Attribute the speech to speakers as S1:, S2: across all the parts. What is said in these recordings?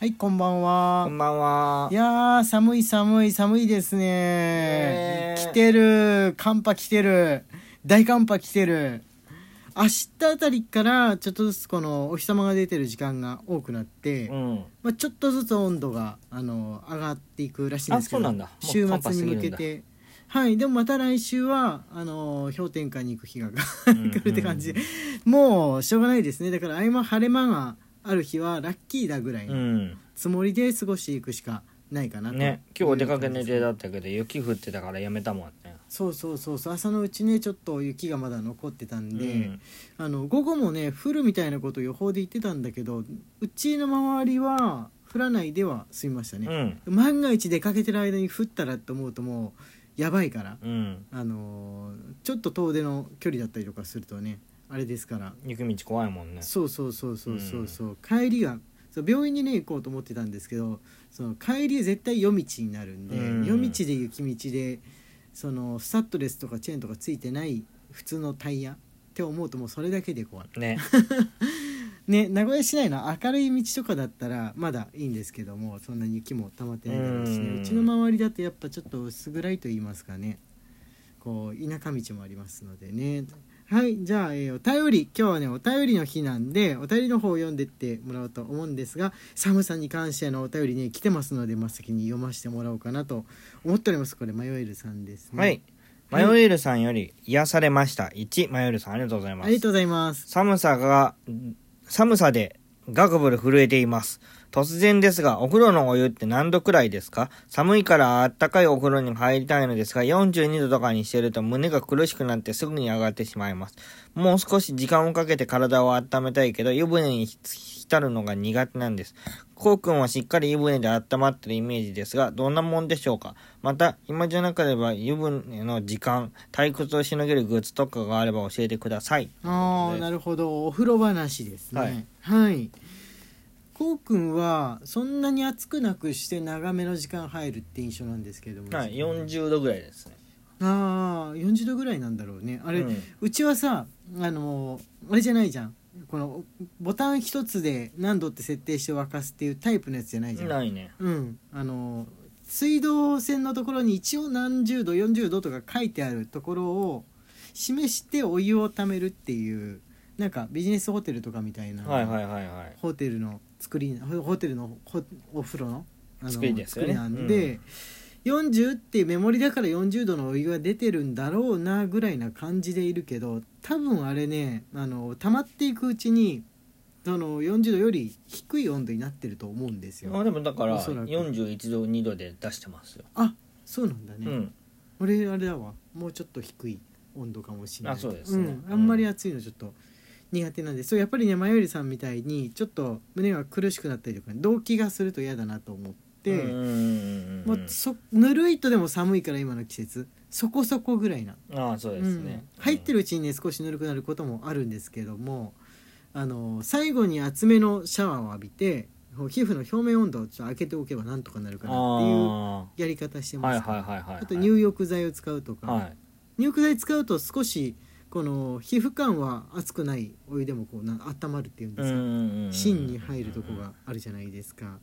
S1: はい、こんばんは。
S2: こ。んばんはい
S1: やー、寒い寒い寒いですね
S2: ね。ー
S1: 来てる。寒波来てる。大寒波来てる。明日あたりからちょっとずつこのお日様が出てる時間が多くなって、
S2: うん。
S1: まあ、ちょっとずつ温度があの上がっていくらしいんですけ
S2: あそう
S1: ど
S2: なんだもう
S1: 週
S2: 寒
S1: 末
S2: 波過ぎ
S1: に
S2: るん
S1: 向
S2: だ
S1: けてはいでもまた来週はあの氷点下に行く日が
S2: ん
S1: 来るって感じでもうしょうがないですねだから合間晴れ間がある日はラッキーだぐらいうの
S2: ん。
S1: つもりで過ごしていくしかないかなと
S2: ね、今日お出かけの予定だったけど、雪降ってたからやめたもんね。
S1: そうそうそうそう朝のうちねちょっと雪がまだ残ってたんで、
S2: うん
S1: あの午後もね降るみたいなことを予報で言ってたんだけどうちの周りは降らないでは済みましたね、
S2: うん。
S1: 万が一出かけてる間に降ったらと思うともうやばいから、
S2: うん。
S1: あのーちょっと遠出の距離だったりとかするとねあれですから、
S2: 雪道怖いもんね。
S1: そうそうそうそうそうそう、帰りがそう病院にね行こうと思ってたんですけどその帰り絶対夜道になるんで、
S2: うん
S1: 夜道で雪道でそのスタッドレスとかチェーンとかついてない普通のタイヤって思うともうそれだけで怖い。
S2: ね。
S1: ね名古屋市内の明るい道とかだったらまだいいんですけどもそんなに雪も溜まってないだろうしね
S2: うん
S1: うちの周りだとやっぱちょっと薄暗いと言いますかねこう田舎道もありますのでねはいじゃあ、えーお便り今日はねお便りの日なんでお便りの方を読んでってもらおうと思うんですが寒さに関してのお便りね来てますので真っ先に読ませてもらおうかなと思っておりますこれ迷えるさんですね
S2: はい。マヨエルさんより癒されました。1、マヨエルさんありがとうございま
S1: ありが
S2: す。
S1: とうございます
S2: 寒さが、寒さでガクブル震えています。突然ですが、お風呂のお湯って何度くらいですか寒いからあったかいお風呂に入りたいのですが、42度とかにしてると胸が苦しくなってすぐに上がってしまいます。もう少し時間をかけて体を温めたいけど、湯船に浸るのが苦手なんです。こうくんはしっかり湯船で温まってるイメージですが、どんなもんでしょうかまた、今じゃなければ湯船の時間、退屈をしのげるグッズとかがあれば教えてください。ということ
S1: ああ
S2: で
S1: なるほどお風呂話ですねはい、こうくんはそんなに暑くなくして長めの時間入るって印象なんですけれども、
S2: はい、40度ぐらいですね。
S1: ああ40度ぐらいなんだろうねあ
S2: あ
S1: れ、うちはさあのあれじゃないじゃんこのボタン一つで何度って設定して沸かすっていうタイプのやつじゃないじゃん
S2: ないね。
S1: うんあの水道線のところに一応何十度40度とか書いてあるところを示してお湯をためるっていうなんかビジネスホテルとかみたいな、
S2: はいはいはいはい。
S1: ホテルの作りホホテルのホお風呂のあの
S2: 作りですよね
S1: 作りなんで、40ってメモリだから40度のお湯が出てるんだろうなぐらいな感じでいるけど多分あれねあの溜まっていくうちにその40度より低い温度になってると思うんですよ。
S2: あでもだから
S1: おそらく
S2: 41度2度で出してますよ。
S1: あそうなんだね、
S2: うん。
S1: 俺あれだわもうちょっと低い温度かもしれない
S2: あそうですね
S1: ん、あんまり暑いのちょっと苦手なんで、そうやっぱりねマヨリさんみたいにちょっと胸が苦しくなったりとか動悸がすると嫌だなと思って、
S2: うんうんうんう
S1: も
S2: ん
S1: うそぬるいとでも寒いから今の季節そこそこぐらいな
S2: ああそうですね。
S1: うん入って
S2: る。
S1: るうちにね少しぬるくなることもあるんですけどもあの最後に厚めのシャワーを浴びてこう皮膚の表面温度をちょっと開けておけばなんとかなるかなっていう
S2: あ
S1: やり方して
S2: あ。
S1: ま
S2: はい
S1: す、
S2: はいはいはい。
S1: あと入浴剤を使うとか、
S2: はい。
S1: 入浴剤使うと少しこの皮膚感は熱くないお湯でもこうな温まるっていうんで
S2: うん
S1: す
S2: う
S1: か、
S2: んうん。
S1: 芯に入るとこがあるじゃないですか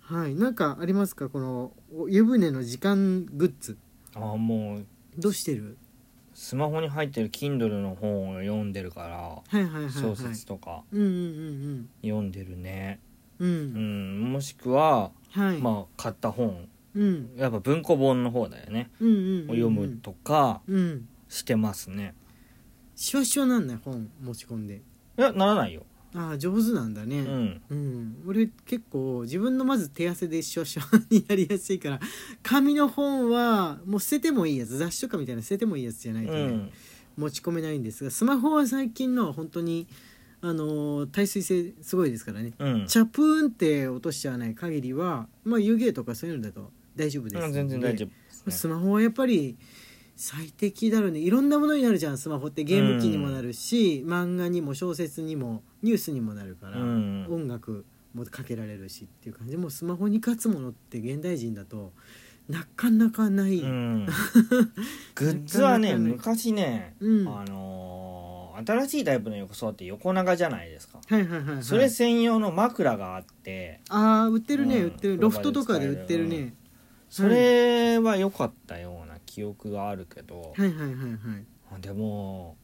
S1: はいなんかありますかこのお湯船の時間グッズ
S2: ああもう
S1: どうしてる
S2: スマホに入ってる Kindle の本を読んでるか
S1: はいはいは
S2: ら
S1: いはい
S2: 小説とか
S1: うんうん
S2: 読んでるね。
S1: うんうんう
S2: うんん。もしくは
S1: はい、
S2: まあ買った本
S1: うん
S2: やっぱ文庫本の方だよね。
S1: うんうんうんうん
S2: を読むとか
S1: うん
S2: してますね。
S1: シワシワなんない本持ち込んで
S2: いやならないよ。
S1: ああ上手なんだね、
S2: うん。
S1: うん、俺結構自分のまず手汗でシュワシュワになりやすいから紙の本はもう捨ててもいいやつ雑誌とかみたいな捨ててもいいやつじゃないとね、
S2: うん。
S1: 持ち込めないんですがスマホは最近のは本当にあのー耐水性すごいですからね、
S2: うん。
S1: チャプーンって落としちゃわない限りはまあ湯気とかそういうのだと大丈夫です、
S2: うん全然大丈
S1: 夫、
S2: 夫です
S1: ス
S2: ね、
S1: マホはやっぱり最適だろうねいろんなものになるじゃんスマホってゲーム機にもなるし、漫画にも小説にもニュースにもなるから。
S2: うん、
S1: 音楽もかけられるしっていう感じでもうスマホに勝つものって現代人だとなかなかない、
S2: うんグッズはね
S1: なかなかね
S2: 昔ね、
S1: うん
S2: あのー新しいタイプの浴槽って横長じゃないですか。
S1: はいはいはい、はい、
S2: それ専用の枕があって、
S1: ああ売ってるね、
S2: うん
S1: 売ってるロフトとかで売ってるね、
S2: それは良かったような記憶があるけど、
S1: はいはいはいはい
S2: でも、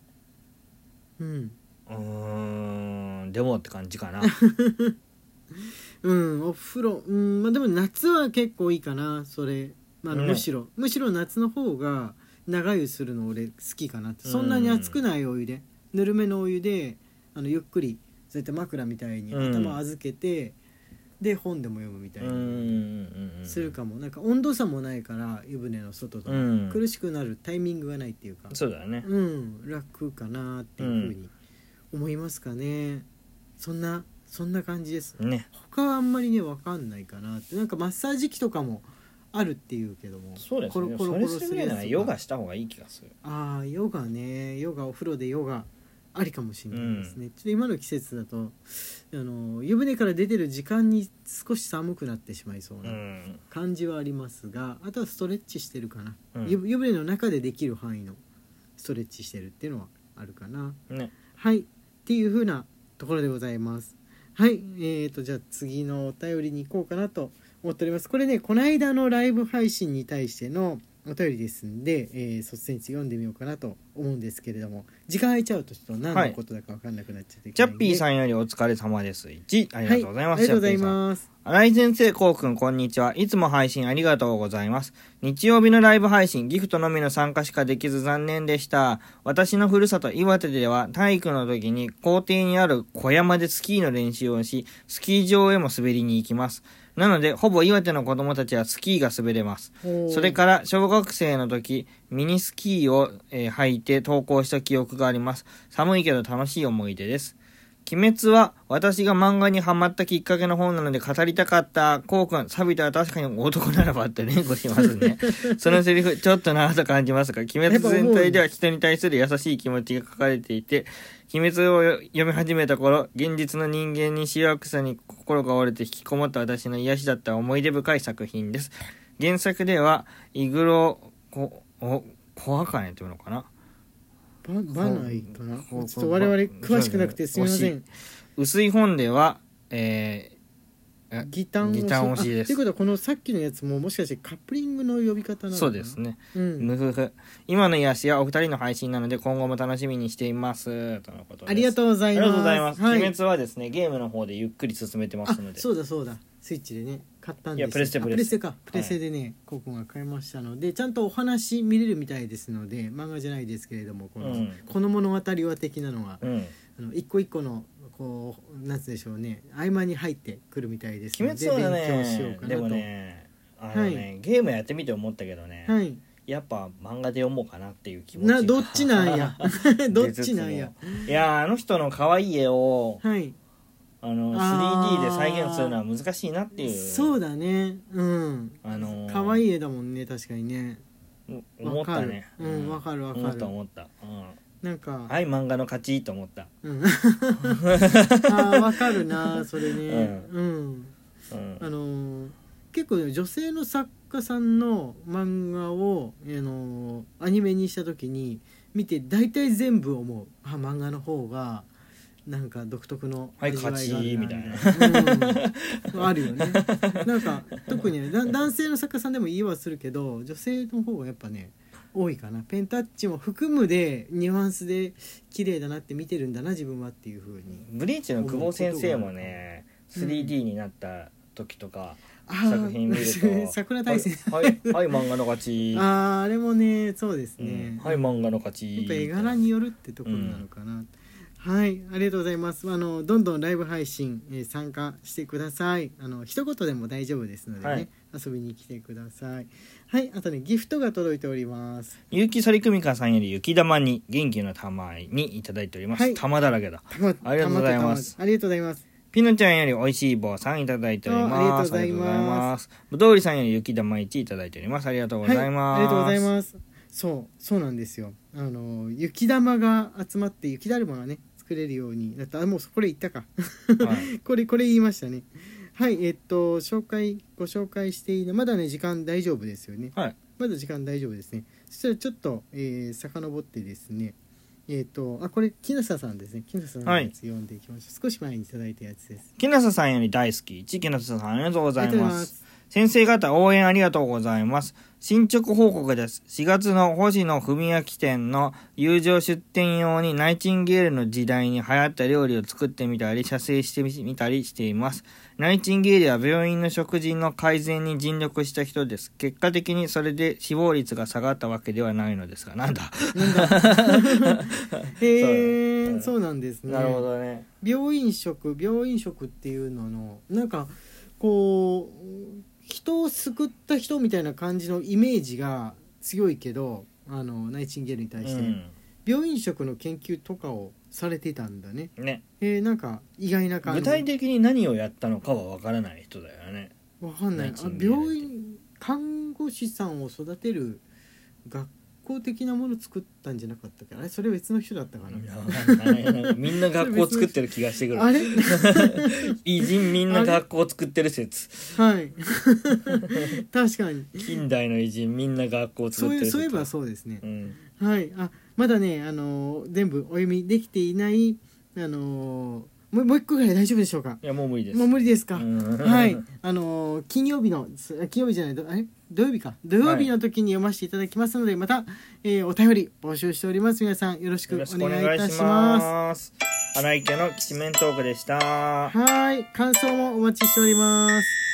S1: うん
S2: うーん、でもって感じかな。
S1: うんお風呂うんまあでも夏は結構いいかなそれ、まあ、
S2: ね
S1: むしろ、むしろ夏の方が長湯するの俺好きかなってそんなに熱くないお湯でぬるめのお湯であのゆっくりそうやって枕みたいに
S2: うん
S1: 頭を預けて、で本でも読むみた
S2: う
S1: い
S2: んう
S1: なん
S2: うんうん。
S1: するかもなんか温度差もないから湯船の外と、
S2: うん
S1: 苦しくなるタイミングがないっていうか
S2: そうだよね。
S1: うん、楽かなっていうふうに思いますかね、そんなそんな感じです
S2: ね。
S1: 他はあんまりね分かんないかなってなんかマッサージ機とかもあるっていうけども
S2: そうですね。
S1: コロ
S2: そ
S1: コロ
S2: れ
S1: コロ
S2: す
S1: す
S2: る
S1: る
S2: ぐら
S1: や
S2: いな
S1: つとから
S2: ヨガした方がいい気がする。
S1: ああヨガねヨガお風呂でヨガありかもしれないですね、ちょっと今の季節だとあの湯船から出てる時間に少し寒くなってしまいそう
S2: う。
S1: なん感じはありますがあとはストレッチしてるかな、
S2: うん
S1: 湯湯船の中でできる範囲のストレッチしてるっていうのはあるかな
S2: ね。
S1: はいっていう風なところでございますはいえー、とじゃあ次のお便りに行こうかなと思っておりますこれねこの間のライブ配信に対してのお便りですんで、えー、率先して読んでみようかなと思うんですけれども時間空いちゃうとちょっと何
S2: は
S1: の
S2: い
S1: ことだか分かんなくなっちゃって
S2: ジャッピーさ
S1: ん
S2: んよりお疲れ様です。1、あ
S1: あ
S2: りがとうございます。
S1: ありがとうござい
S2: ジャッピーさん
S1: ます
S2: 新井先生、こうくん、こんにちは。いつも配信ありがとうございます。日曜日のライブ配信、ギフトのみの参加しかできず残念でした。私のふるさと、岩手では、体育の時に、校庭にある小山でスキーの練習をし、スキー場へも滑りに行きます。なので、ほぼ岩手の子供たちはスキーが滑れます。それから小学生の時ミニスキーを、えー履いて登校した記憶があります寒いけど楽しい思い出です鬼滅は私が漫画にハマったきっかけの本なので語りたかったこうくん錆びたら確かに男ならばって連呼しますねそのセリフちょっとなぁと感じますが鬼滅全体では人に対する優しい気持ちが書かれていて鬼滅をよ読み始めた頃現実の人間にしわくさに心が折れて引きこもった私の癒しだった思い出深い作品です原作ではイグロこおコアカネっていうのかな
S1: ババナイかなち
S2: こ
S1: ょ
S2: う
S1: っと我々詳しくなくてすみませ
S2: こ
S1: ん
S2: 薄い本ではえーえ
S1: ギターン
S2: ギターン推しです
S1: ということはこのさっきのやつももしかしてカップリングの呼び方なのかな
S2: そうです、ね、
S1: うん、
S2: ぬふふ今の癒しはお二人の配信なので今後も楽しみにしていますとのことです
S1: ありがとうござ
S2: あ
S1: い
S2: り
S1: ます
S2: がとうございます、
S1: はい
S2: 鬼滅はですねゲームの方でゆっくり進めてますの
S1: あ
S2: で
S1: そうだそうだスイッチでね買ったんですよ
S2: いやプレステ
S1: あ
S2: プレステ
S1: かプレステでね、コウ君が買いましたのでちゃんとお話見れるみたいですので漫画じゃないですけれどもこの,、
S2: うん
S1: この物語は的なのは、
S2: うん
S1: あの一個一個のこうなんつうでしょうね合間に入ってくるみたいですの
S2: 鬼
S1: で
S2: 滅は
S1: 勉強しよう
S2: ね
S1: かなと
S2: でもねあのね、
S1: は
S2: ゲームやってみて思ったけどね、
S1: はい
S2: やっぱ漫画で読もうかなっていう気持ちが
S1: などっちなん やどっちなんや
S2: いやーあの人の可愛い絵を
S1: はい
S2: あの
S1: あ
S2: 3D で
S1: ー
S2: 再現するのは難しいなっていう
S1: そうだねうん
S2: あのー
S1: 可愛い絵だもんね確かにね
S2: う思
S1: わ
S2: っ
S1: か
S2: た
S1: る
S2: ね
S1: うんわかるわかる
S2: 思った思った、う
S1: なんか、
S2: ん、はい漫画の勝ちと思った、
S1: うん あーわかるなそれねうん、
S2: うん
S1: あのー結構ね女性の作家さんの漫画を、あのーアニメにした時に見て大体全部思うあ漫画の方がなんか独特の
S2: はい
S1: 味わいがある
S2: 勝
S1: みたいな、うんあるよねなんか特にねだ男性の作家さんでも言いはするけど女性の方がやっぱね多いかなペンタッチも含むでニュアンスで綺麗だなって見てるんだな自分はっていう風に
S2: ブリーチの久保先生もね
S1: うん
S2: 3D になった時とか、
S1: あー
S2: 作品見ると
S1: 桜大戦
S2: はいはい、はい、漫画の勝ち、
S1: あーあれもねそうです
S2: うん
S1: ね、
S2: はい漫画の勝
S1: やっぱ
S2: ち
S1: 絵柄によるってところなのかな、はいありがとうございますあのどんどんライブ配信、えー参加してくださいあの一言でも大丈夫ですのでね、
S2: はい
S1: 遊びに来てくださいはいあとねギフトが届いております
S2: 結城反組香さんより雪玉に元気の玉にいただいております、
S1: はい
S2: 玉だらけだ
S1: 玉
S2: ありがとうございます
S1: 玉と玉ありがとうございます
S2: ピノちゃんよりおいしい棒さんいただいております。
S1: あありがとうございます
S2: ありがとうございます。ぶどうりさんより雪玉一いただいております。ありがとうございます。
S1: はい、ありがとうございますそうそうなんですよあの雪玉が集まって雪だるまがね作れるようになったあもうこれ言ったか
S2: す。
S1: これこれ言いましたねはいえっと紹介ご紹介していいのまだね時間大丈夫ですよね
S2: はい。
S1: まだ時間大丈夫ですねそしたらちょっと、えー遡ってですねえっ、とあこれ木下さんですね木下さんのやつ読んでいきましょう、少し前にいただいたやつです
S2: 木下さんより大好き1木下さんありがとうござい
S1: ありがとう
S2: ま
S1: ございますす
S2: 先生方応援ありがとうございます。進捗報告です。4月の星野文明店の友情出店用にナイチンゲールの時代に流行った料理を作ってみたり、写生してみたりしています。ナイチンゲールは病院の食事の改善に尽力した人です。結果的にそれで死亡率が下がったわけではないのですが、なんだ。
S1: へえそうなんですね
S2: どね。
S1: 病院食病院食っていうののなんかこう人を救った人みたいな感じのイメージが強いけどあのナイチンゲールに対して、病院食の研究とかをされてたんだね
S2: ね。
S1: えー、なんか意外な感じ
S2: 的に何をやったのかはわからない人だよね。
S1: わかんない
S2: ナイチ
S1: あ
S2: ンゲールって
S1: 病院看護師さんを育てる学校的なもの作ったんじゃなかったっけあれそれ別の人だったか な、
S2: みんな学校作ってる気がしてくる
S1: あれ
S2: 偉人みんな学校作ってる説
S1: はい 確かに
S2: 近代の偉人みんな学校
S1: そ
S2: 作
S1: う
S2: って
S1: いう
S2: る説
S1: そういえばそうですね
S2: う、ん
S1: はいあまだねあのー全部お読みできていないあのーもうもう一個ぐらい大丈夫でしょうか
S2: いやもう無理です
S1: もう無理ですか、
S2: うん
S1: はい、あのー金曜日のす金曜日じゃないどあれ土曜日か土曜日の時に読ませていただきますので、また、えーお便り募集しております皆さんよろしく
S2: よ
S1: お
S2: ろしくお
S1: 願
S2: 願
S1: いい
S2: い
S1: た
S2: し
S1: しま
S2: ます荒井家のきしめんトークでした
S1: すはい感想もお待ちしております